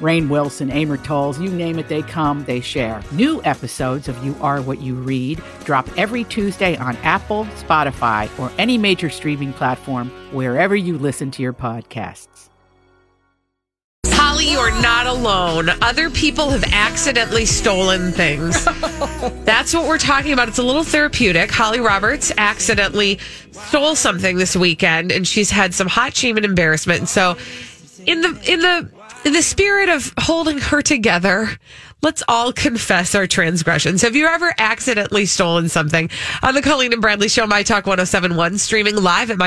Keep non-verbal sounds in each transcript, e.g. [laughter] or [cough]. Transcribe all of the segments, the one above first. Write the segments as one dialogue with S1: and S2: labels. S1: Rain Wilson, Amor Tolls, you name it, they come, they share. New episodes of You Are What You Read drop every Tuesday on Apple, Spotify, or any major streaming platform wherever you listen to your podcasts.
S2: Holly, you're not alone. Other people have accidentally stolen things. That's what we're talking about. It's a little therapeutic. Holly Roberts accidentally stole something this weekend and she's had some hot shame and embarrassment. And so in the in the in the spirit of holding her together, let's all confess our transgressions. Have you ever accidentally stolen something? On the Colleen and Bradley show, My Talk 1071, streaming live at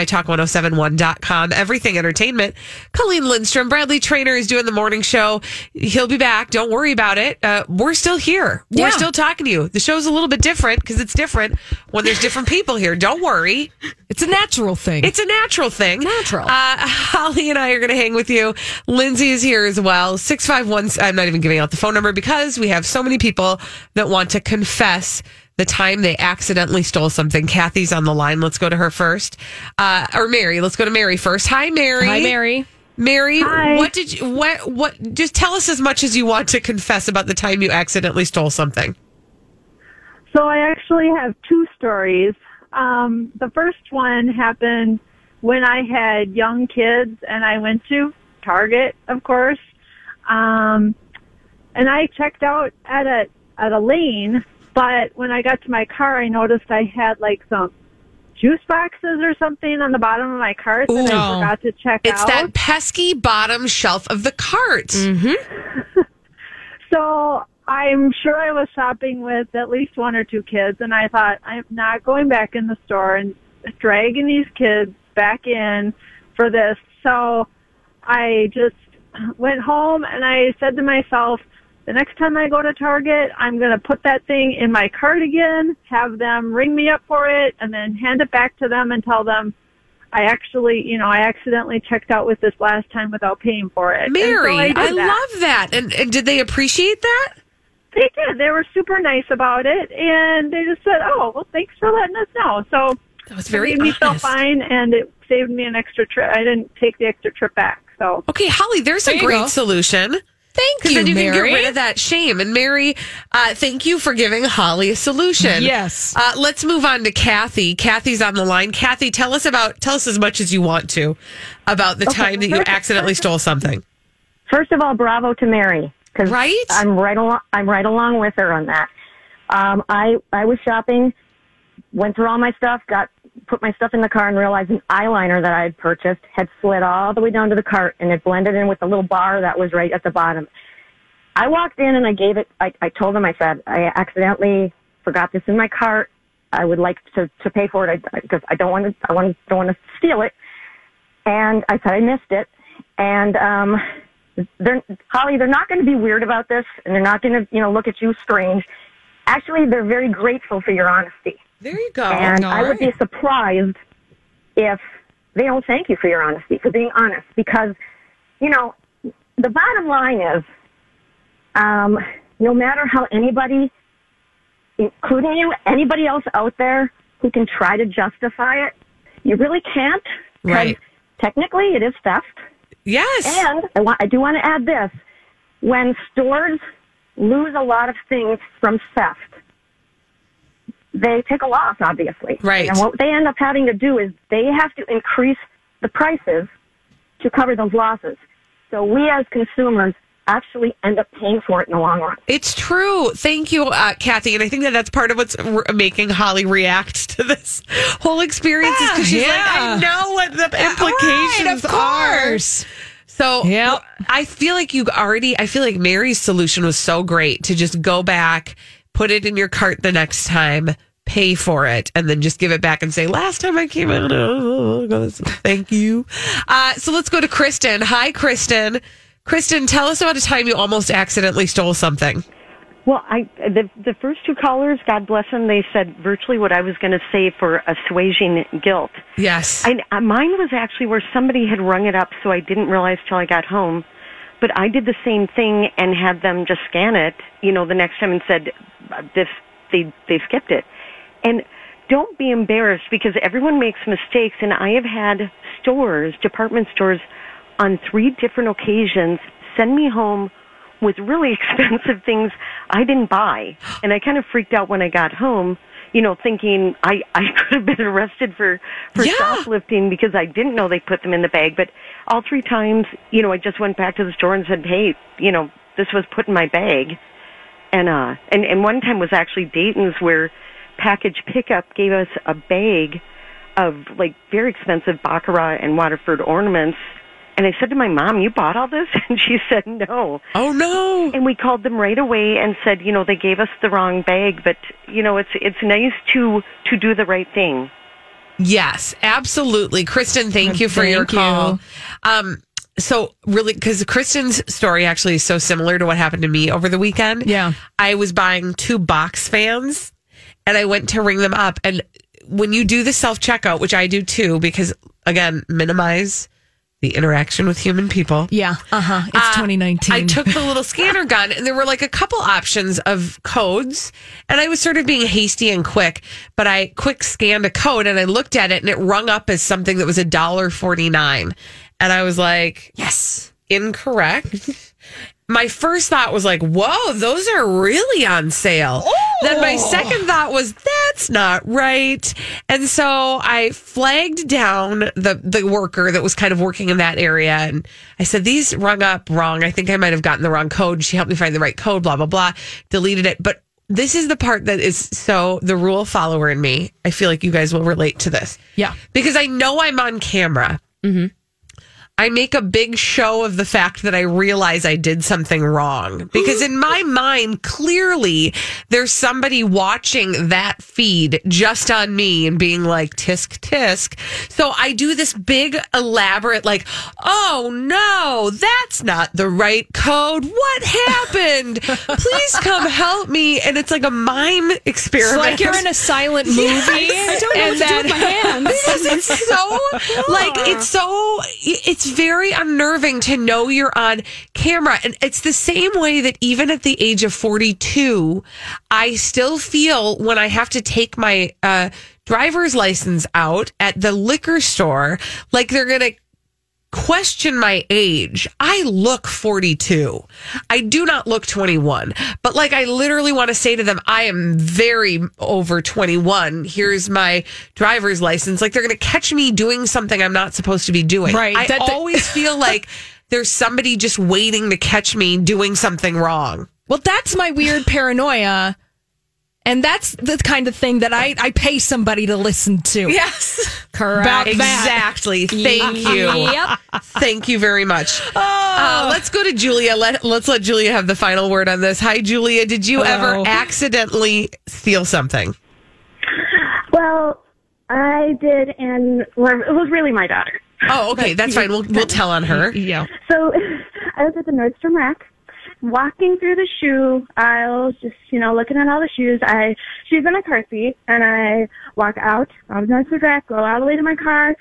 S2: MyTalk1071.com, everything entertainment. Colleen Lindstrom, Bradley Trainer is doing the morning show. He'll be back. Don't worry about it. Uh, we're still here. We're
S3: Yeah.
S2: still talking to you. The show's a little bit different because it's different when there's different people here. Don't worry.
S3: It's a natural thing.
S2: It's a natural thing.
S3: Natural.
S2: Uh, [laughs] Holly and I are going to hang with you. Lindsay is here as well. 651. I'm not even giving out the phone number because we have so many people that want to confess the time they accidentally stole something. Kathy's on the line. Let's go to her first. Uh, or Mary. Let's go to Mary first. Hi, Mary.
S3: Hi, Mary.
S2: Mary, what did you, what, what, just tell us as much as you want to confess about the time you accidentally stole something.
S4: So I actually have two stories. Um, the first one happened when I had young kids and I went to Target, of course. Um, and I checked out at a at a lane, but when I got to my car, I noticed I had like some juice boxes or something on the bottom of my cart that
S2: Ooh.
S4: I forgot to check
S2: It's
S4: out.
S2: that pesky bottom shelf of the cart.
S4: So I'm sure I was shopping with at least one or two kids, and I thought I'm not going back in the store and dragging these kids back in for this. So I just went home and I said to myself, the next time I go to Target, I'm going to put that thing in my cart again, have them ring me up for it, and then hand it back to them and tell them I actually, you know, I accidentally checked out with this last time without paying for it. And so
S2: Mary, I,
S4: did that.
S2: love that. And, and did they appreciate that?
S4: They did. They were super nice about it, and they just said, "Oh, well, thanks for letting us know." So
S2: That was very
S4: it made me feel
S2: honest.
S4: fine, and it saved me an extra trip. I didn't take the extra trip back. So
S2: Okay, Holly, there's a
S3: you
S2: great
S3: go.
S2: solution.
S3: Thank
S2: 'Cause
S3: you,
S2: then you can
S3: Mary.
S2: get rid of that shame. And Mary, uh, thank you for giving Holly a solution.
S3: Yes.
S2: Uh, let's move on to Kathy. Kathy's on the line. Kathy, tell us about tell us as much as you want to about the time that you accidentally stole something.
S5: First of all, bravo to Mary because
S2: Right?
S5: I'm right along. I'm right along with her on that. Um, I I was shopping, went through all my stuff, got put my stuff in the car, and realized an eyeliner that I had purchased had slid all the way down to the cart, and it blended in with the little bar that was right at the bottom. I walked in and I gave it. I, I told them I said I accidentally forgot this in my cart. I would like to to pay for it because I, don't want to. I want don't want to steal it. And I said I missed it. And um, they're Holly. They're not going to be weird about this, and they're not going to you know look at you strange. Actually, they're very grateful for your honesty.
S2: There you go.
S5: And I would be surprised if they don't thank you for your honesty, for being honest, because, you know, the bottom line is, um, no matter how anybody, including you, anybody else out there who can try to justify it, you really can't. 'cause
S2: Right.
S5: Technically, it is theft.
S2: yes.
S5: And I, want, I do want to add this. When stores lose a lot of things from theft, they take a loss, obviously.
S2: Right.
S5: And what they end up having to do is they have to increase the prices to cover those losses. So we as consumers actually end up paying for it in the long run.
S2: It's true. Thank you, uh, Kathy. And I think that that's part of what's r- making Holly react to this whole experience is because she's
S3: Yeah.
S2: like, I know what the
S3: Right,
S2: implications
S3: of course.
S2: are. So
S3: Yep.
S2: I feel like you already, I feel like Mary's solution was so great to just go back, put it in your cart the next time, pay for it, and then just give it back and say, last time I came out, uh, thank you. Uh, so let's go to Kristen. Hi, Kristen. Kristen, tell us about a time you almost accidentally stole something.
S6: Well, I the the first two callers, God bless them, they said virtually what I was going to say for assuaging guilt.
S2: Yes.
S6: I, uh, mine was actually where somebody had rung it up, so I didn't realize till I got home. But I did the same thing and had them just scan it, you know, the next time and said uh, this they they skipped it. And don't be embarrassed because everyone makes mistakes, and I have had stores, department stores, on three different occasions send me home with really [laughs] expensive things I didn't buy. And I kind of freaked out when I got home, you know, thinking I, I [laughs] could have been arrested for, for
S2: Yeah.
S6: shoplifting because I didn't know they put them in the bag. But all three times, you know, I just went back to the store and said, hey, you know, this was put in my bag. And, uh, and, and one time was actually Dayton's where package pickup gave us a bag of like very expensive Baccarat and Waterford ornaments. And I said to my mom, you bought all this? [laughs] And she said, no.
S2: oh, no.
S6: And we called them right away and said, you know, they gave us the wrong bag, but you know, it's it's nice to to do the right thing.
S2: Yes, absolutely. Kristen, thank you for
S3: Thank
S2: your call.
S3: you.
S2: Um, so really, because Kristen's story actually is so similar to what happened to me over the weekend.
S3: Yeah.
S2: I was buying two box fans and I went to ring them up. And when you do the self checkout, which I do too, because again, minimize the interaction with human people.
S3: Yeah. Uh huh. It's
S2: Uh,
S3: 2019.
S2: I took the little scanner gun, and there were like a couple options of codes, and I was sort of being hasty and quick. But I quick scanned a code, and I looked at it, and it rung up as something that was a dollar forty nine, and I was like, "Yes, incorrect." My first thought was like, "Whoa, those are really on sale." Then my second thought was, "That's not right," and so I flagged down the the worker that was kind of working in that area, and I said, "These rung up wrong. I think I might have gotten the wrong code." She helped me find the right code. Blah blah blah. Deleted it, but this is the part that is so the rule follower in me. I feel like you guys will relate to this.
S3: Yeah.
S2: Because I know I'm on camera. I make a big show of the fact that I realize I did something wrong. Because in
S3: [laughs]
S2: my mind, clearly there's somebody watching that feed just on me and being like, tisk, tisk. So I do this big, elaborate, like, oh no, that's not the right code.
S3: [laughs]
S2: What happened? Please come help me. And it's like a mime experiment.
S3: it's like you're in a silent movie.
S2: Yes. I don't know
S3: and
S2: what to do
S3: then,
S2: with [laughs] my Because it's so like it's so it's very unnerving to know you're on camera and it's the same way that even at the age of 42 i still feel when i have to take my uh driver's license out at the liquor store like they're gonna question my age. I look 42. I do not look 21. But like I literally want to say to them, I am very over 21. Here's my driver's license. Like they're going to catch me doing something I'm not supposed to be doing.
S3: Right.
S2: I
S3: That- that-
S2: always [laughs] feel like there's somebody just waiting to catch me doing something wrong.
S3: Well, that's my weird paranoia. And that's the kind of thing that I, I pay somebody to listen to.
S2: Yes.
S3: Correct.
S2: Exactly. Thank you.
S3: Yep.
S2: Thank you very [laughs] much. Uh, let's go to Julia. Let, let's let Julia have the final word on this. Hi, Julia. Did you
S3: Hello.
S2: ever accidentally steal something?
S5: Well, I did, and well, it was really my daughter.
S2: Oh, okay. That's fine. We'll, we'll tell on her.
S3: Yeah.
S5: So [laughs] I was at the Nordstrom rack, walking through the shoe aisle, just you know looking at all the shoes. I she's in a car seat, and I walk out of the Nordstrom rack, go all the way to my car,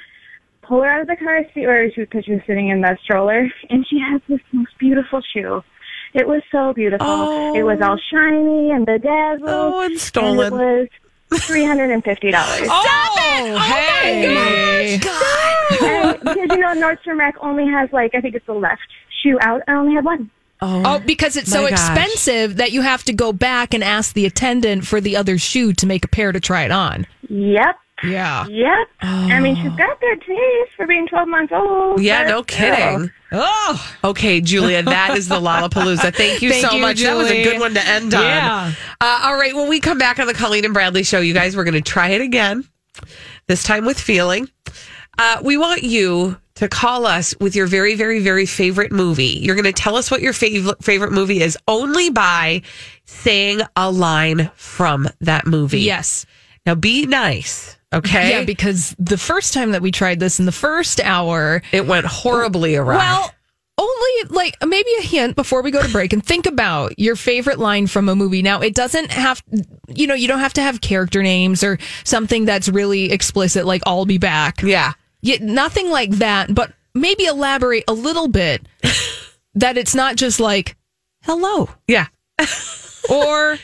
S5: pull her out of the car seat, or she because she was sitting in the stroller, [laughs] and she has this most beautiful shoe. It was so beautiful. It was all shiny and bedazzled.
S2: Oh, and stolen.
S5: And it was three hundred and
S2: [laughs]
S5: fifty dollars.
S3: Oh, hey.
S5: And- because you know Nordstrom Rack only has like I think it's the left shoe out. I only had one.
S3: Oh, because it's so
S2: My gosh.
S3: expensive that you have to go back and ask the attendant for the other shoe to make a pair to try it on.
S5: Yep,
S3: Yeah.
S5: yep. I mean, she's got good taste for being twelve months old.
S2: Oh. Yeah,
S5: but
S2: no kidding.
S3: Oh.
S2: Okay, Julia, that is the Lollapalooza. Thank
S3: [laughs]
S2: you
S3: Thank
S2: so
S3: you,
S2: much. That was a
S3: Julie.
S2: good one to end on.
S3: Yeah.
S2: Uh, all right, when we come back on the Colleen and Bradley show, you guys, we're going to try it again, this time with feeling. Uh, we want you to call us with your very, very, very favorite movie. You're going to tell us what your fav- favorite movie is only by saying a line from that movie.
S3: Yes.
S2: Now be nice, okay?
S3: Yeah, because the first time that we tried this in the first hour,
S2: it went horribly awry.
S3: well, only like maybe a hint before we go to break and think about your favorite line from a movie. Now, it doesn't have, you know, you don't have to have character names or something that's really explicit, like I'll be back.
S2: yeah.
S3: Yeah, nothing like that, but maybe elaborate a little [laughs] bit that it's not just like hello
S7: [laughs]
S2: Yeah.
S3: or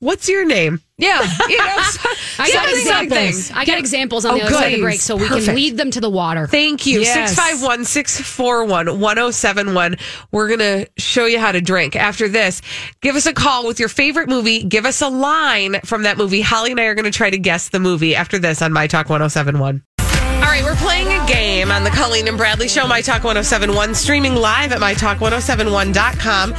S2: What's your name?
S3: yeah, you [laughs] know,
S7: I got
S3: something like
S7: examples.
S3: this.
S7: I got examples on the
S2: Oh,
S7: other side of
S2: good.
S7: the break, so we can
S2: Perfect.
S7: lead them to the water.
S2: Thank you.
S3: Yes.
S2: 651 641 1071. We're going to show you how to drink. After this, give us a call with your favorite movie. Give us a line from that movie. Holly and I are going to try to guess the movie after this on My Talk 1071. All right, we're playing a game on the Colleen and Bradley Show, My Talk 1071, streaming live at MyTalk1071.com.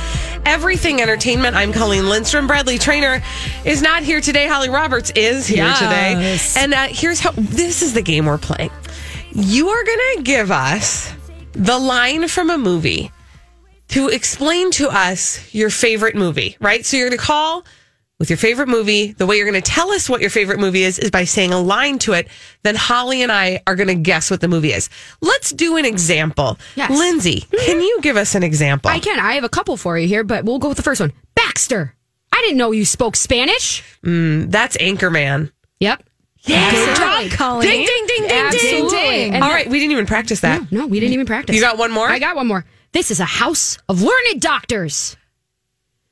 S2: Everything Entertainment. I'm Colleen Lindstrom. Bradley Trainer is not here today. Holly Roberts is here
S3: Yes.
S2: today. And uh, here's how this is the game we're playing. You are going to give us the line from a movie to explain to us your favorite movie, right? So you're going to call with your favorite movie. The way you're going to tell us what your favorite movie is is by saying a line to it. Then Holly and I are going to guess what the movie is. Let's do an example.
S7: Yes.
S2: Lindsay, can you give us an example?
S7: I can. I have a couple for you here, but we'll go with the first one. Baxter. I didn't know you spoke Spanish.
S2: That's Anchorman.
S7: Yep.
S2: Yes.
S7: Good
S3: job,
S2: Oh,
S3: Colleen.
S7: Ding, ding, ding, ding,
S3: Absolutely.
S7: ding. And
S2: All right, we didn't even practice that.
S7: No, we didn't even practice.
S2: You got one more?
S7: I got one more. This is a house of learned doctors.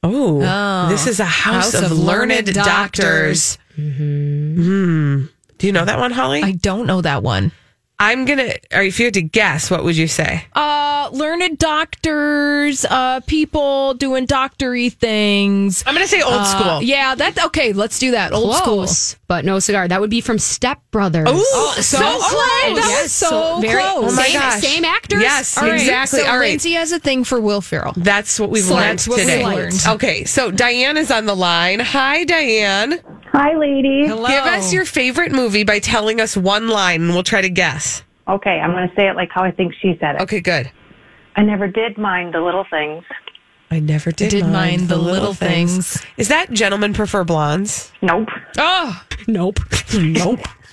S2: Oh, this is a house, of, learned, doctors. Mm-hmm. Hmm. Do you know that one, Holly?
S3: I don't know that one.
S2: I'm gonna. Or if you had to guess, what would you say?
S3: Uh, learned doctors, uh, people doing doctory things. Uh,
S2: I'm gonna say old school.
S3: Yeah, that okay. Let's do that. Old school.
S7: Close, but no cigar. That would be from Oh, Step Brothers.
S2: Ooh,
S3: so close. That was so close.
S2: Oh my
S7: same,
S2: gosh.
S7: same actors.
S2: Yes, exactly.
S3: So
S2: All right,
S3: Lindsay has a thing for Will Ferrell.
S2: that's what we've learned
S7: what we
S2: today.
S7: learned.
S2: Okay, so Diane is on the line. Hi, Diane.
S4: Hi, lady.
S2: Give us your favorite movie by telling us one line, and we'll try to guess.
S8: Okay, I'm going to say it like how I think she said it.
S2: Okay, good.
S8: I never did mind the little things.
S2: I never did,
S3: Did mind the little things.
S2: Is that gentlemen prefer blondes?
S8: Nope.
S3: Oh,
S7: Nope.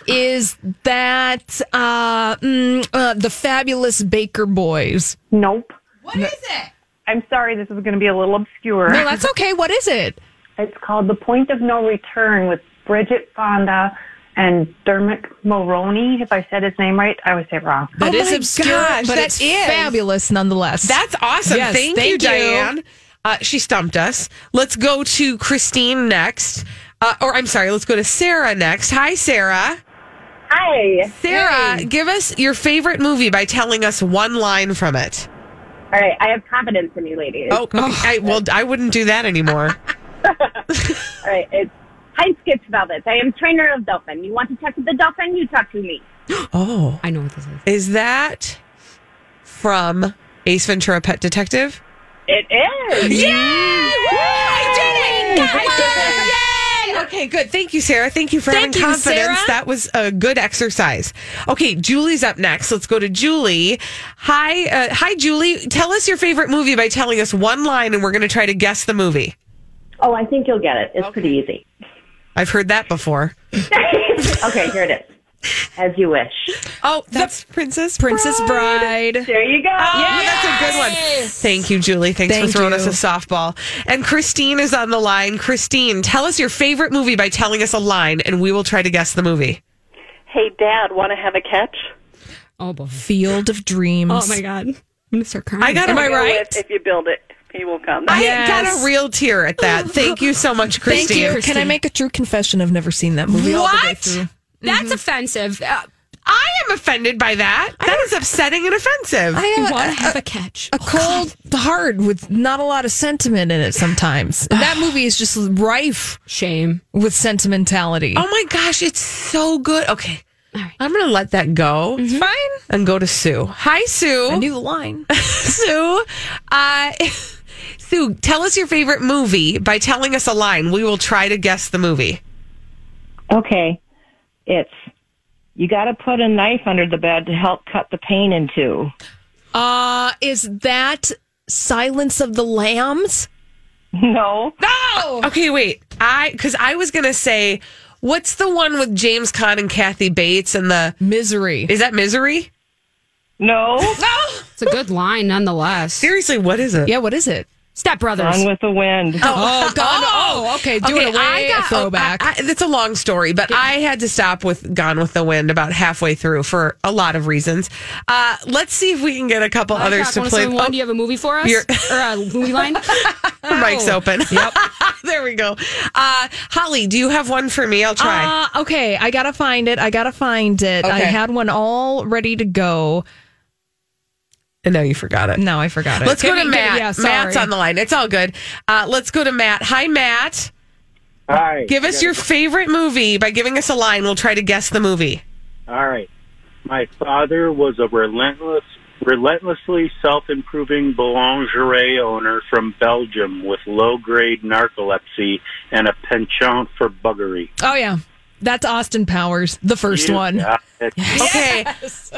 S3: is that uh, mm, uh the fabulous Baker Boys?
S8: Nope. What is it? I'm sorry, this is going to be a little obscure.
S3: No, that's okay. What is it?
S8: it's called The Point of No Return with Bridget Fonda and Dermot Mulroney. If I said his name right, I always say it wrong.
S3: That
S2: Oh
S3: is
S2: my
S3: obscure,
S2: gosh,
S3: but
S2: that
S3: it's
S2: is.
S3: fabulous nonetheless.
S2: That's awesome.
S3: Yes,
S2: thank, you,
S3: thank you.
S2: Diane. Uh, she stumped us. Let's go to Christine next. Uh, or I'm sorry, let's go to Sarah next. Hi, Sarah.
S4: Hi.
S2: Sarah, give us your favorite movie by telling us one line from it.
S4: All right. I have confidence in you, ladies.
S2: Oh, okay. I, well, I wouldn't do that [laughs] anymore.
S4: All right. It's Heinz Skitch Velvets. I am trainer of dolphin. You want to talk to the dolphin? You talk to me.
S2: oh,
S7: I know what this is.
S2: is that from Ace Ventura: Pet Detective?
S4: It is.
S2: Yeah! I did it! Got one! Yay! Okay, good. Thank you, Sarah. Thank you for
S3: Thank
S2: having
S3: you,
S2: confidence.
S3: Sarah.
S2: That was a good exercise. Okay, Julie's up next. Let's go to Julie. Hi, uh, hi, Julie. Tell us your favorite movie by telling us one line, and we're going to try to guess the movie.
S4: Oh, I think you'll get it. It's pretty easy.
S2: I've heard that before.
S4: okay, here it is.
S2: [laughs]
S4: As you wish.
S2: Oh, that's Princess
S3: Princess Bride.
S4: There you go.
S2: Oh, that's a good one. Thank you, Julie. Thanks
S3: Thank
S2: for throwing
S3: you.
S2: us a softball. And Christine is on the line. Christine, tell us your favorite movie by telling us a line, and we will try to guess the movie.
S8: Hey, Dad, want to have a catch?
S7: Oh, boy.
S3: Field of Dreams.
S7: Oh, my God. I'm going to start crying.
S2: I got
S3: Am
S2: a-
S3: I right?
S8: If you build it, he will come.
S2: I
S3: Yes.
S2: got a real tear at that. Thank you so much,
S3: Thank
S2: Christine.
S3: you. Can I make a true confession? I've never seen that movie. All the way
S7: What?
S3: through.
S7: That's offensive. Uh,
S2: Mm-hmm. I am offended by that. That is upsetting and offensive.
S3: I have
S7: want
S3: a,
S7: to have a catch. Oh,
S3: a cold heart with not a lot of sentiment in it [sighs] sometimes. And that movie is just rife
S7: Shame.
S3: with sentimentality.
S2: oh my gosh, it's so good. Okay.
S7: right.
S2: I'm going to let that go. It's fine. And go to Sue. Hi, Sue.
S3: I knew the line.
S2: [laughs] Sue, uh, [laughs] Sue, tell us your favorite movie by telling us a line. We will try to guess the movie.
S8: Okay. It's
S9: You got to put a knife under the bed to help cut the pain in two.
S3: [laughs] Uh, is that Silence of the Lambs?
S9: No.
S3: No!
S2: Okay, wait. I because I was gonna say, what's the one with James Caan and Kathy Bates and the
S3: Misery.
S2: is that Misery?
S9: No.
S2: No.
S7: It's a good line, nonetheless.
S2: Seriously, what is it?
S3: Yeah, what is it?
S7: Step Brothers.
S9: Gone with the wind.
S3: [laughs] Oh, God. Oh, okay. Doing
S2: Okay,
S3: a way
S2: I got- oh,
S3: throwback.
S2: I, I, it's a long story, but I had to stop with Gone with the Wind about halfway through for a lot of reasons. Uh, let's see if we can get a couple others to play.
S7: One.
S2: Oh,
S7: Do you have a movie for us?
S2: You're-
S7: [laughs] or a
S3: [laughs]
S7: movie line?
S2: the mic's
S3: Oh.
S2: open. Yep. [laughs] there we go. Uh, Holly, do you have one for me? I'll try.
S3: Uh, okay, I gotta find it. I gotta find it. I
S2: Okay.
S3: had one all ready to go.
S2: and now you forgot it.
S3: No, I forgot it.
S2: Let's go
S3: Give
S2: to
S3: me- give-
S2: Matt.
S3: Yeah, sorry.
S2: Matt's on the line. It's all good. Uh, let's go to Matt. Hi, Matt.
S10: Hi.
S2: Give us your favorite movie by giving us a line. We'll try to guess the movie.
S10: All right. My father was a relentless, relentlessly self-improving boulangerie owner from Belgium with low-grade narcolepsy and a penchant for buggery.
S3: Oh yeah, that's Austin Powers, the first
S10: You
S3: one.
S10: got it.
S2: Okay.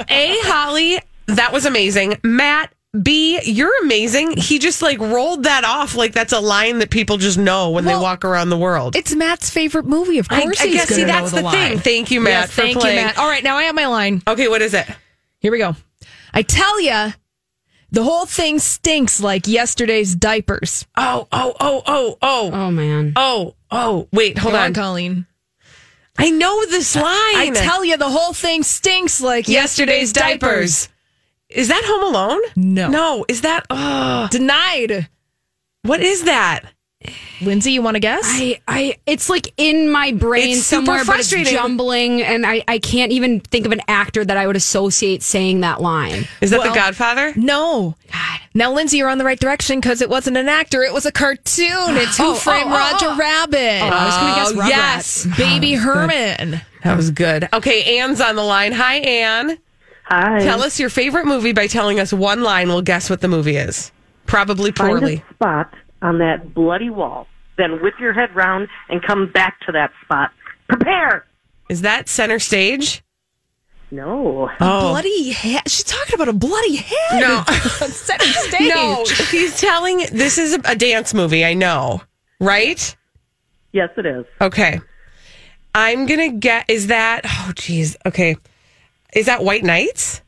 S2: A, Holly, that was amazing. Matt, B, you're amazing. He just like rolled that off like that's a line that people just know when
S3: Well,
S2: they walk around the world.
S3: It's Matt's favorite movie, of
S2: I-
S3: course.
S2: I
S3: he's
S2: guess, see,
S3: gonna know
S2: that's the
S3: line.
S2: thing. Thank you, Matt,
S3: Yes,
S2: for
S3: thank
S2: playing.
S3: you, Matt. All right, now I have my line.
S2: Okay, what is it?
S3: Here we go. I tell ya, the whole thing stinks like yesterday's diapers.
S2: Oh, oh, oh, oh, oh,
S7: Oh, man.
S2: oh, oh. Wait, hold
S3: Come
S2: on.
S3: Colleen.
S2: I know this line.
S3: I tell ya, the whole thing stinks like yesterday's, diapers.
S2: Is that Home Alone?
S3: No.
S2: No. Is that? Oh,
S3: Denied.
S2: what is that?
S3: Lindsay, you want to guess?
S7: I, I, it's like in my brain
S2: It's super
S7: somewhere, but it's
S2: frustrating.
S7: jumbling, and I, I can't even think of an actor that I would associate saying that line.
S2: Is that
S3: Well-
S2: The Godfather?
S3: No. God. Now, Lindsay, you're on the right direction because it wasn't an actor. It was a cartoon.
S2: [gasps]
S3: It's Who
S7: Oh,
S3: Framed
S7: oh, oh,
S3: Roger
S7: oh.
S3: Rabbit.
S7: I was gonna
S2: oh,
S7: guess Rugrats.
S3: Uh, yes. Baby Herman.
S2: That was good. Okay, Anne's on the line. Hi, Anne.
S8: Hi.
S2: Tell us your favorite movie by telling us one line. We'll guess what the movie is. Probably
S6: Find
S2: poorly.
S6: a spot on that bloody wall, then whip your head round and come back to that spot. Prepare.
S2: Is that center stage?
S6: No.
S2: Oh.
S3: Bloody head. She's talking about a bloody head.
S2: No.
S3: On [laughs] set
S2: [laughs]
S3: and stage.
S2: No, she's telling this is a, a dance movie, I know. Right?
S6: Yes, it is.
S2: Okay. I'm going to get is that Oh geez. Okay. Is that White Knights?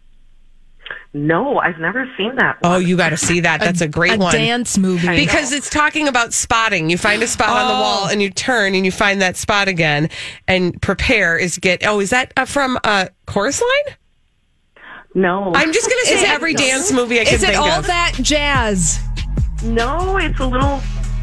S6: No, Oh, I've never seen that.
S2: Oh, you got to see that. That's a, great
S3: a
S2: one.
S3: dance movie.
S2: because it's talking about spotting. You find a spot on the wall and you turn and you find that spot again and prepare is get. Oh, is that uh, from uh, Chorus Line?
S6: No.
S2: I'm just going to say
S3: it-
S2: every dance movie I can
S3: Is it
S2: think
S3: all
S2: of.
S3: that jazz?
S6: No, it's a little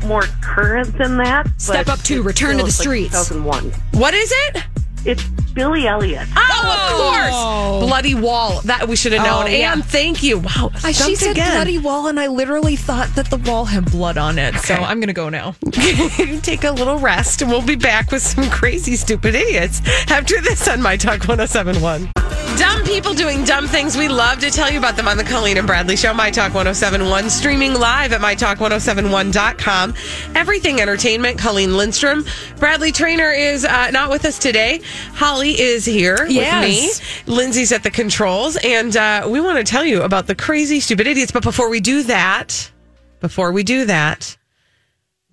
S6: more current than that. but
S7: Step Up Two,
S6: it's
S7: Return
S6: still-
S7: to the
S6: it's like
S7: Streets.
S6: 2001.
S2: what is it?
S6: It's Billy Elliot.
S2: Oh, of course. Bloody Wall. That we should have known.
S3: Oh, yeah.
S2: And thank you. Wow.
S3: I, she
S2: stumped
S3: said
S2: again.
S3: bloody wall, and I literally thought that the wall had blood on it. So I'm going to go now.
S2: [laughs] Take a little rest and we'll be back with some crazy, stupid idiots after this on My Talk 1071. Dumb people doing dumb things. We love to tell you about them on the Colleen and Bradley Show, My Talk 1071, streaming live at MyTalk1071.com. Everything Entertainment, Colleen Lindstrom. Bradley Trainer is uh, not with us today. Holly is here
S3: Yes.
S2: with me. Lindsay's at the controls. And uh, we want to tell you about the crazy, stupid idiots. But before we do that, before we do that,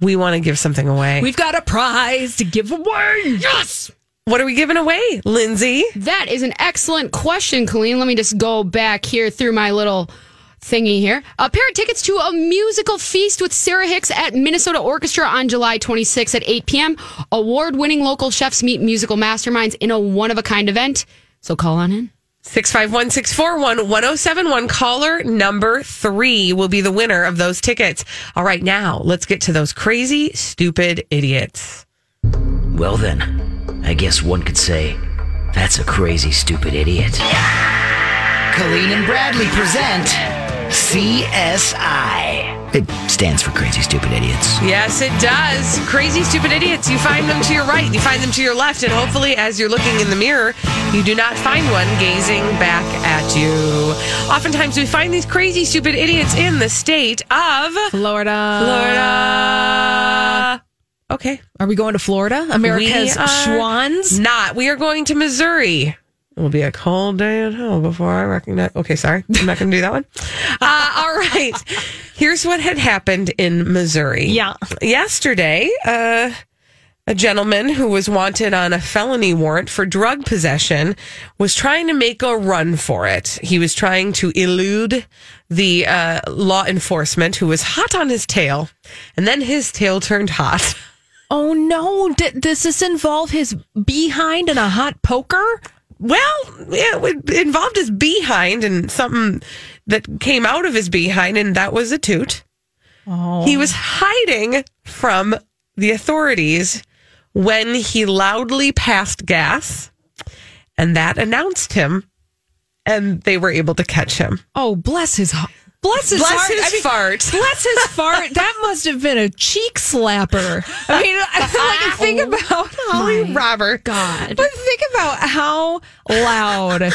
S2: we want to give something away.
S3: We've got a prize to give away. Yes.
S2: what are we giving away, Lindsay?
S7: That is an excellent question, Colleen. Let me just go back here through my little thingy here. A pair of tickets to a musical feast with Sarah Hicks at Minnesota Orchestra on July 26th at 8 p.m. Award winning local chefs meet musical masterminds in a one of a kind event. So call on in.
S2: 651 641 1071. Caller number three will be the winner of those tickets. All right, now let's get to those crazy, stupid idiots.
S11: Well, then, I guess one could say that's a crazy, stupid idiot. Colleen and Bradley present CSI. It stands for Crazy, Stupid Idiots.
S2: Yes, it does. Crazy, stupid idiots. You find them to your right, you find them to your left, and hopefully, as you're looking in the mirror, you do not find one gazing back at you. Oftentimes, we find these crazy, stupid idiots in the state of
S3: Florida.
S2: Florida. Uh, Okay.
S3: Are we going to Florida? America's
S2: We are
S3: Schwans?
S2: Not. We are going to Missouri. It will be a cold day at home before I recognize. Okay, sorry. I'm not going to do that one. Uh, [laughs] all right. Here's what had happened in Missouri. Yeah. Yesterday, uh, a gentleman who was wanted on a felony warrant for drug possession was trying to make a run for it. He was trying to elude the uh, law enforcement who was hot on his tail, and then his tail turned hot.
S3: Oh no! D- does this involve his behind and a hot poker?
S2: Well, yeah, it involved his behind and something that came out of his behind, and that was a toot.
S3: Oh.
S2: He was hiding from the authorities when he loudly passed gas, and that announced him, and they were able to catch him.
S3: Oh, bless his heart. Bless his
S2: Bless
S3: heart.
S2: his fart.
S3: Bless
S2: [laughs]
S3: his fart. That must have been a cheek slapper. I mean, [laughs] like, think
S2: Oh
S3: about Holly Robert. God. But think about how loud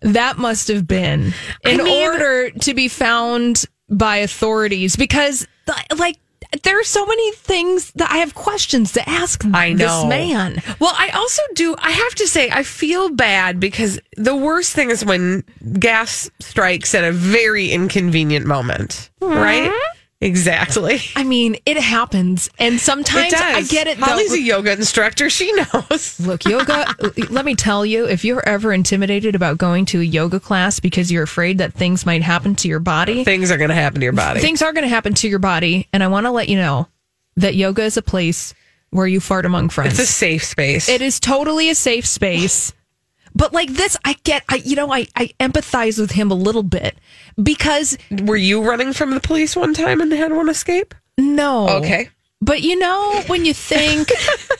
S3: that must have been in
S7: I mean-
S3: order to be found by authorities because, th- like, there are so many things that I have questions to ask
S2: I know.
S3: this man.
S2: Well, I also do. I have to say, I feel bad because the worst thing is when gas strikes at a very inconvenient moment, right?
S3: Mm-hmm.
S2: Exactly.
S3: I mean, it happens, and sometimes
S2: it does.
S3: I get it. though.
S2: Holly's a yoga instructor. She [laughs] knows.
S3: Look, yoga, [laughs] let me tell you, if you're ever intimidated about going to a yoga class because you're afraid that things might happen to your body,
S2: Things are going to happen to your body.
S3: things are going to happen to your body. And I want to let you know that yoga is a place where you fart among friends.
S2: it's a safe space.
S3: It is totally a safe space. But like this, I get, I, you know, I, I empathize with him a little bit because
S2: Were you running from the police one time and had one escape?
S3: No.
S2: Okay.
S3: But you know, when you
S2: [laughs]
S3: think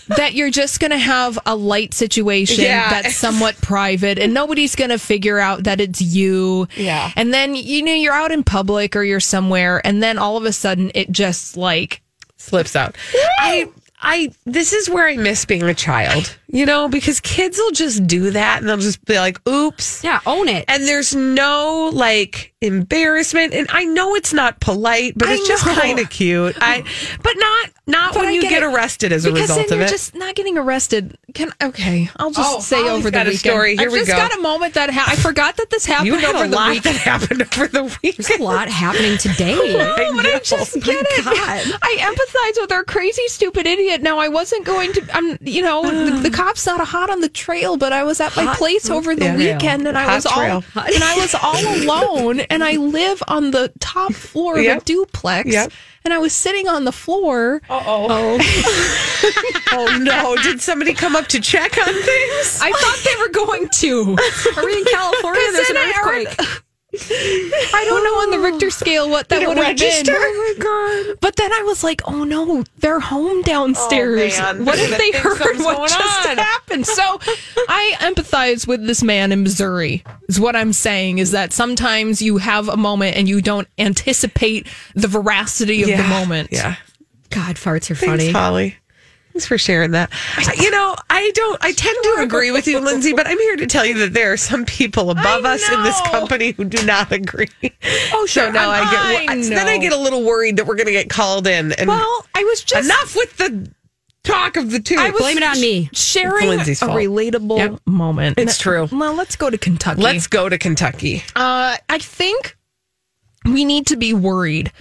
S3: that you're just going to have a light situation
S2: Yeah.
S3: that's somewhat private and nobody's going to figure out that it's you.
S2: Yeah.
S3: And then, you know, you're out in public or you're somewhere and then all of a sudden it just like,
S2: Slips out. I. I this is where I miss being a child, you know, because kids will just do that and they'll just be like, "Oops."
S7: Yeah, own it.
S2: and there's no like embarrassment and i know it's not polite but
S3: I
S2: it's just
S3: know.
S2: kind of cute i but not not
S3: But
S2: when
S3: I
S2: you get
S3: it.
S2: arrested as a
S3: because
S2: result
S3: then
S2: of
S3: you're
S2: it
S3: just not getting arrested. Can okay? I'll just
S2: Oh,
S3: say
S2: Holly's
S3: over the
S2: got a
S3: weekend.
S2: story. Here
S3: I've
S2: we
S3: just
S2: go.
S3: got a moment that ha- I forgot that this happened
S2: you had
S3: over
S2: a
S3: the
S2: lot
S3: weekend.
S2: that happened [laughs] over the weekend
S7: There's a lot happening
S2: [laughs]
S7: today.
S2: I
S3: but I
S2: know.
S3: just
S2: [laughs]
S3: get [laughs] it. I empathize with our crazy, stupid idiot. Now, I wasn't going to. I'm, you know,
S2: [sighs]
S3: the, the cops not hot on the trail, but I was at my
S2: Hot-
S3: place over the
S2: yeah.
S3: weekend, and I
S2: Hot
S3: was
S2: trail.
S3: all [laughs] and I was all alone, and I live on the top floor of
S2: Yep.
S3: a duplex,
S2: Yep.
S3: and I was sitting on the floor.
S2: oh no did somebody come up to check on things
S3: [laughs] I thought they were going to.
S7: Are we in California? There's
S3: Isn't
S7: an
S3: it, Aaron?
S7: earthquake.
S3: I don't know on the Richter scale what that
S2: Did it
S3: would have been.
S2: register? Oh,
S3: my god! But then I was like, "Oh no, they're home downstairs.
S2: Oh, man.
S3: What
S2: They're
S3: if
S2: gonna
S3: they
S2: think
S3: heard
S2: something's
S3: what
S2: going
S3: just
S2: on."
S3: happened?" So I empathize with this man in Missouri. Is what I'm saying is that sometimes you have a moment and you don't anticipate the veracity of the moment.
S2: yeah
S7: God, farts are
S2: Thanks,
S7: funny.
S2: Holly. Thanks for sharing that. Uh, You know, I don't. I tend to agree with you, Lindsay, but I'm here to tell you that there are some people above us in this
S3: know.
S2: company who do not [laughs] agree. Oh,
S3: sure,
S2: So now I,
S3: I
S2: get. so then I
S3: know.
S2: get a little worried that we're going to get called in. And
S3: Well, I was just
S2: enough with the talk of the two.
S3: I was
S7: Blame it on me.
S3: sharing a
S2: Lindsay's fault.
S3: relatable moment.
S2: It's true.
S3: Well, let's go to Kentucky.
S2: Let's go to Kentucky.
S3: Uh, I think we need to be worried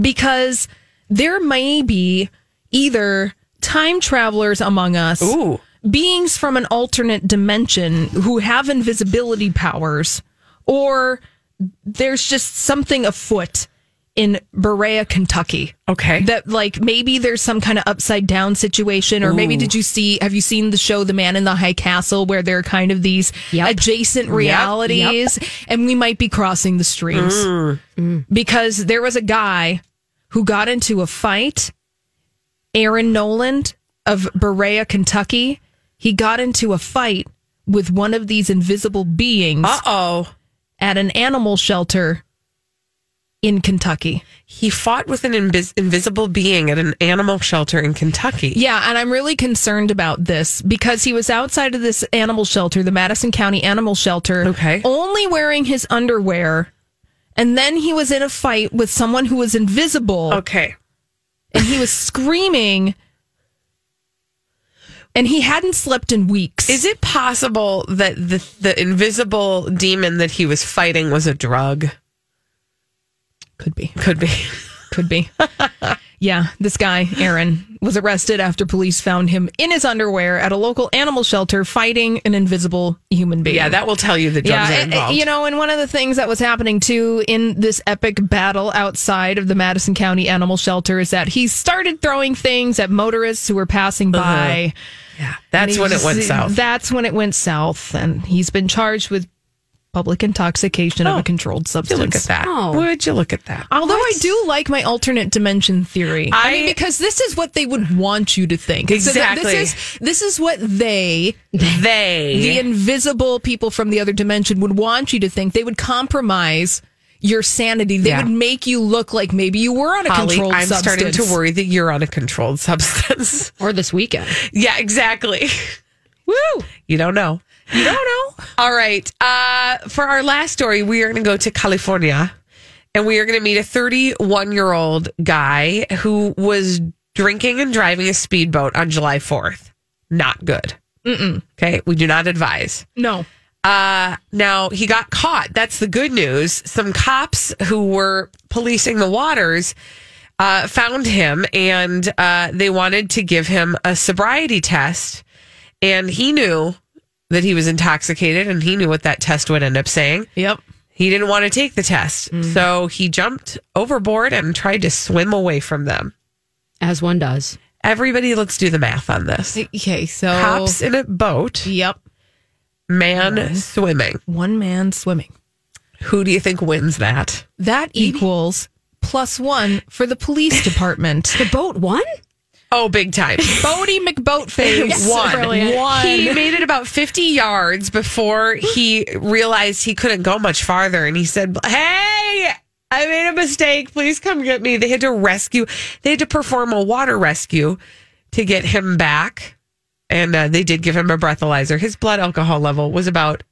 S3: because there may be either time travelers among us,
S2: Ooh.
S3: beings from an alternate dimension who have invisibility powers, or there's just something afoot in Berea, Kentucky.
S2: Okay.
S3: That like maybe there's some kind of upside down situation, or maybe did you see? Have you seen the show The Man in the High Castle, where there are kind of these
S7: Yep.
S3: adjacent realities, and we might be crossing the streams because there was a guy who got into a fight. Aaron Noland of Berea, Kentucky. He got into a fight with one of these invisible beings
S2: Uh oh.
S3: at an animal shelter in Kentucky.
S2: He fought with an invis- invisible being at an animal shelter in Kentucky.
S3: Yeah, and I'm really concerned about this because he was outside of this animal shelter, the Madison County Animal Shelter,
S2: Okay.
S3: only wearing his underwear. And then he was in a fight with someone who was invisible
S2: Okay.
S3: and he was screaming And he hadn't slept in weeks.
S2: Is it possible that the the invisible demon that he was fighting was a drug?
S3: Could be.
S2: Could be. [laughs]
S3: Could be. [laughs] yeah, this guy, Aaron, was arrested after police found him in his underwear at a local animal shelter fighting an invisible human being.
S2: Yeah, that will tell you the drugs are
S3: and-
S2: involved.
S3: you know, and one of the things that was happening too in this epic battle outside of the Madison County Animal Shelter is that he started throwing things at motorists who were passing
S2: Uh-huh.
S3: by.
S2: Yeah, that's when it [laughs] went south.
S3: That's when it went south, and he's been charged with public intoxication of a controlled substance.
S2: Oh. look at that. Would you look at that?
S3: Although I do like my alternate dimension theory. I, mean,
S2: I-
S3: because this is what they would want you to think. So th-
S2: Exactly.
S3: this is this is what they
S2: They.
S3: the invisible people from the other dimension would want you to think. They would compromise your sanity. They
S2: Yeah.
S3: would make you look like maybe you were on a
S2: Holly,
S3: controlled
S2: I'm
S3: substance.
S2: starting to worry that you're on a controlled [laughs] substance.
S7: or this weekend.
S2: Yeah, exactly. Woo! You don't know. You don't know. All right. Uh, for our last story, we are going to go to California and we are going to meet a 31 year old guy who was drinking and driving a speedboat on July 4th. Not good.
S3: Mm-mm.
S2: Okay. We do not advise.
S3: No.
S2: Uh, now he got caught. That's the good news. Some cops who were policing the waters uh, found him, and uh, they wanted to give him a sobriety test. And he knew that he was intoxicated, and he knew what that test would end up saying.
S3: Yep.
S2: He didn't want to take the test, so he jumped overboard and tried to swim away from them.
S7: As one does.
S2: Everybody, let's do the math on this.
S3: Okay, so
S2: Cops in a boat,
S3: Yep.
S2: man swimming.
S3: One man swimming.
S2: Who do you think wins that?
S3: That equals plus one for the [laughs] police department.
S7: The boat won?
S2: Oh, big time.
S3: Bodie McBoatface
S2: Yes, One.
S3: Brilliant. One.
S2: He made it about 50 yards before he realized he couldn't go much farther. And he said, Hey, I made a mistake. Please come get me. They had to rescue, they had to perform a water rescue to get him back. And uh, they did give him a breathalyzer. His blood alcohol level was about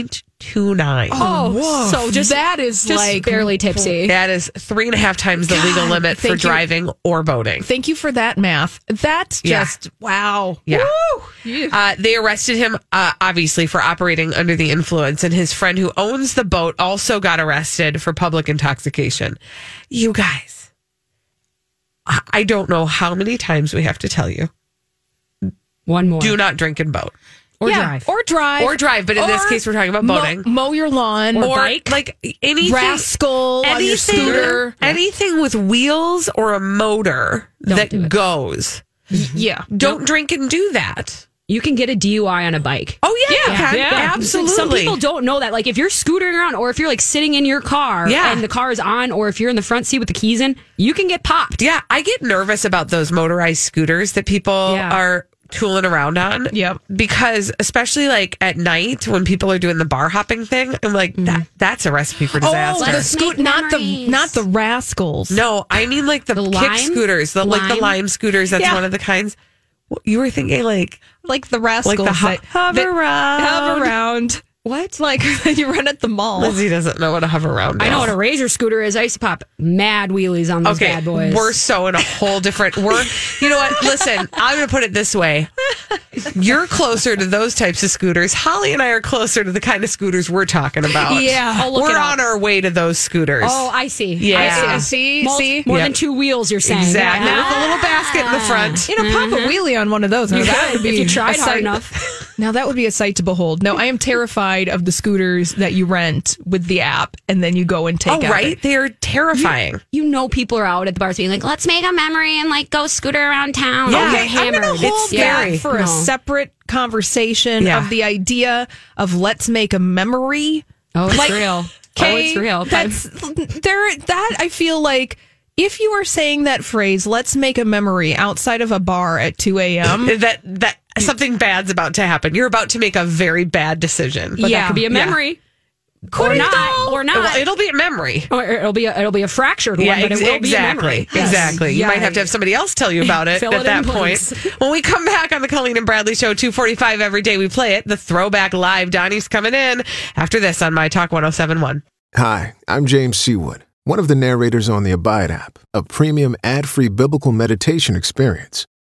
S2: 0.29.
S3: Oh, so just that is
S7: Just
S3: like
S7: barely tipsy.
S2: That is three and a half times the legal
S3: God,
S2: limit for
S3: thank you.
S2: driving or boating.
S3: Thank you for that math. That's
S2: Yeah.
S3: just wow.
S2: Yeah.
S3: Woo!
S2: Uh, they arrested him, uh, obviously, for operating under the influence, and his friend who owns the boat also got arrested for public intoxication. You guys, I I don't know how many times we have to tell you
S7: One more.
S2: do not drink and boat
S7: or
S3: Yeah,
S7: drive.
S3: Or drive.
S2: or drive, but in this
S3: Or
S2: case, we're talking about
S3: mow-
S2: boating.
S3: Mow, your lawn.
S2: Or, like anything,
S3: rascal on your
S2: anything,
S3: scooter.
S2: anything with wheels or a motor
S7: Don't do
S2: that
S7: it.
S2: goes.
S3: Yeah.
S2: Don't drink and do that.
S7: You can get a DUI on a bike.
S2: Oh yeah, you can. absolutely.
S7: Some people don't know that. Like if you're scootering around or if you're like sitting in your car
S2: Yeah.
S7: and the car is on or if you're in the front seat with the keys in, you can get popped.
S2: Yeah, I get nervous about those motorized scooters that people
S7: Yeah.
S2: are tooling
S7: [laughs]
S2: around on.
S3: Yep.
S2: Because especially like at night when people are doing the bar hopping thing, I'm like,
S7: Mm-hmm.
S2: that that's a recipe for disaster.
S3: Oh, the
S7: Let's
S3: scoot,
S7: make
S3: not the
S7: memories.
S3: not the rascals.
S2: no, I mean like the,
S7: The
S2: kick
S7: lime?
S2: scooters, the like the
S7: Lime?
S2: lime scooters. That's
S3: Yeah.
S2: one of the kinds. Well, You were thinking like
S3: like the rascals
S2: like the ho-
S3: that
S2: hover
S3: that
S2: around.
S3: hover around.
S7: What?
S3: Like [laughs] you run at the mall.
S2: Lizzie doesn't know what a hover around.
S7: Oh. I
S2: is.
S7: know what a razor scooter is. I used to pop mad wheelies on those
S2: Okay,
S7: bad boys.
S2: we're so in a whole different. We're, you know what? Listen, I'm going to put it this way: you're closer to those types of scooters. Holly and I are closer to the kind of scooters we're talking about.
S7: Yeah. I'll look
S2: we're
S7: it up.
S2: on our way to those scooters.
S7: Oh, I see.
S2: Yeah.
S7: I
S3: See,
S7: Mul-
S3: see.
S7: more
S2: Yep.
S7: than two wheels. You're saying
S2: exactly.
S7: Yeah.
S2: With a little basket in the front. Mm-hmm.
S3: You know, pop a wheelie on one of those. Now, that would be
S7: Mm-hmm. if you tried
S3: a
S7: hard
S3: sight-
S7: enough.
S3: Now that would be a sight to behold. No, I am terrified of the scooters that you rent with the app, and then you go and take.
S2: Oh,
S3: out
S2: right.
S3: it.
S2: They are terrifying.
S7: You know, people are out at the bars being like, "Let's make a memory and like go scooter around town."
S2: Yeah.
S7: I'll get
S2: Okay, I'm
S7: hammered.
S2: gonna hold
S7: It's
S2: back
S7: scary.
S3: for a
S7: No.
S3: separate conversation
S2: Yeah.
S3: of the idea of let's make a memory.
S7: Oh, it's
S3: Like,
S7: real. oh,
S3: Okay,
S7: it's real.
S3: That's there. That I feel like if you are saying that phrase, let's make a memory outside of a bar at two a.m.
S2: That that something bad's about to happen. You're about to make a very bad decision.
S7: but
S3: yeah.
S7: that could be a
S2: Yeah.
S7: memory,
S2: Could
S7: or
S2: it
S7: not,
S2: though?
S7: or not.
S2: Well, it'll be a memory.
S7: or it'll be a, it'll be a [laughs] fractured one, but it
S2: ex-
S7: will be a
S2: exactly.
S7: memory. Yes.
S2: Exactly. You might have
S7: Yay.
S2: to have somebody else tell you about
S7: [laughs]
S2: it
S7: Fill
S2: at
S7: it
S2: that
S7: in
S2: point. When we come back on the Colleen and Bradley Show, 245 every day, we play it. The throwback live. Donnie's coming in after this on My Talk 1071.
S12: Hi, I'm James Seawood, one of the narrators on the Abide app, a premium ad free biblical meditation experience.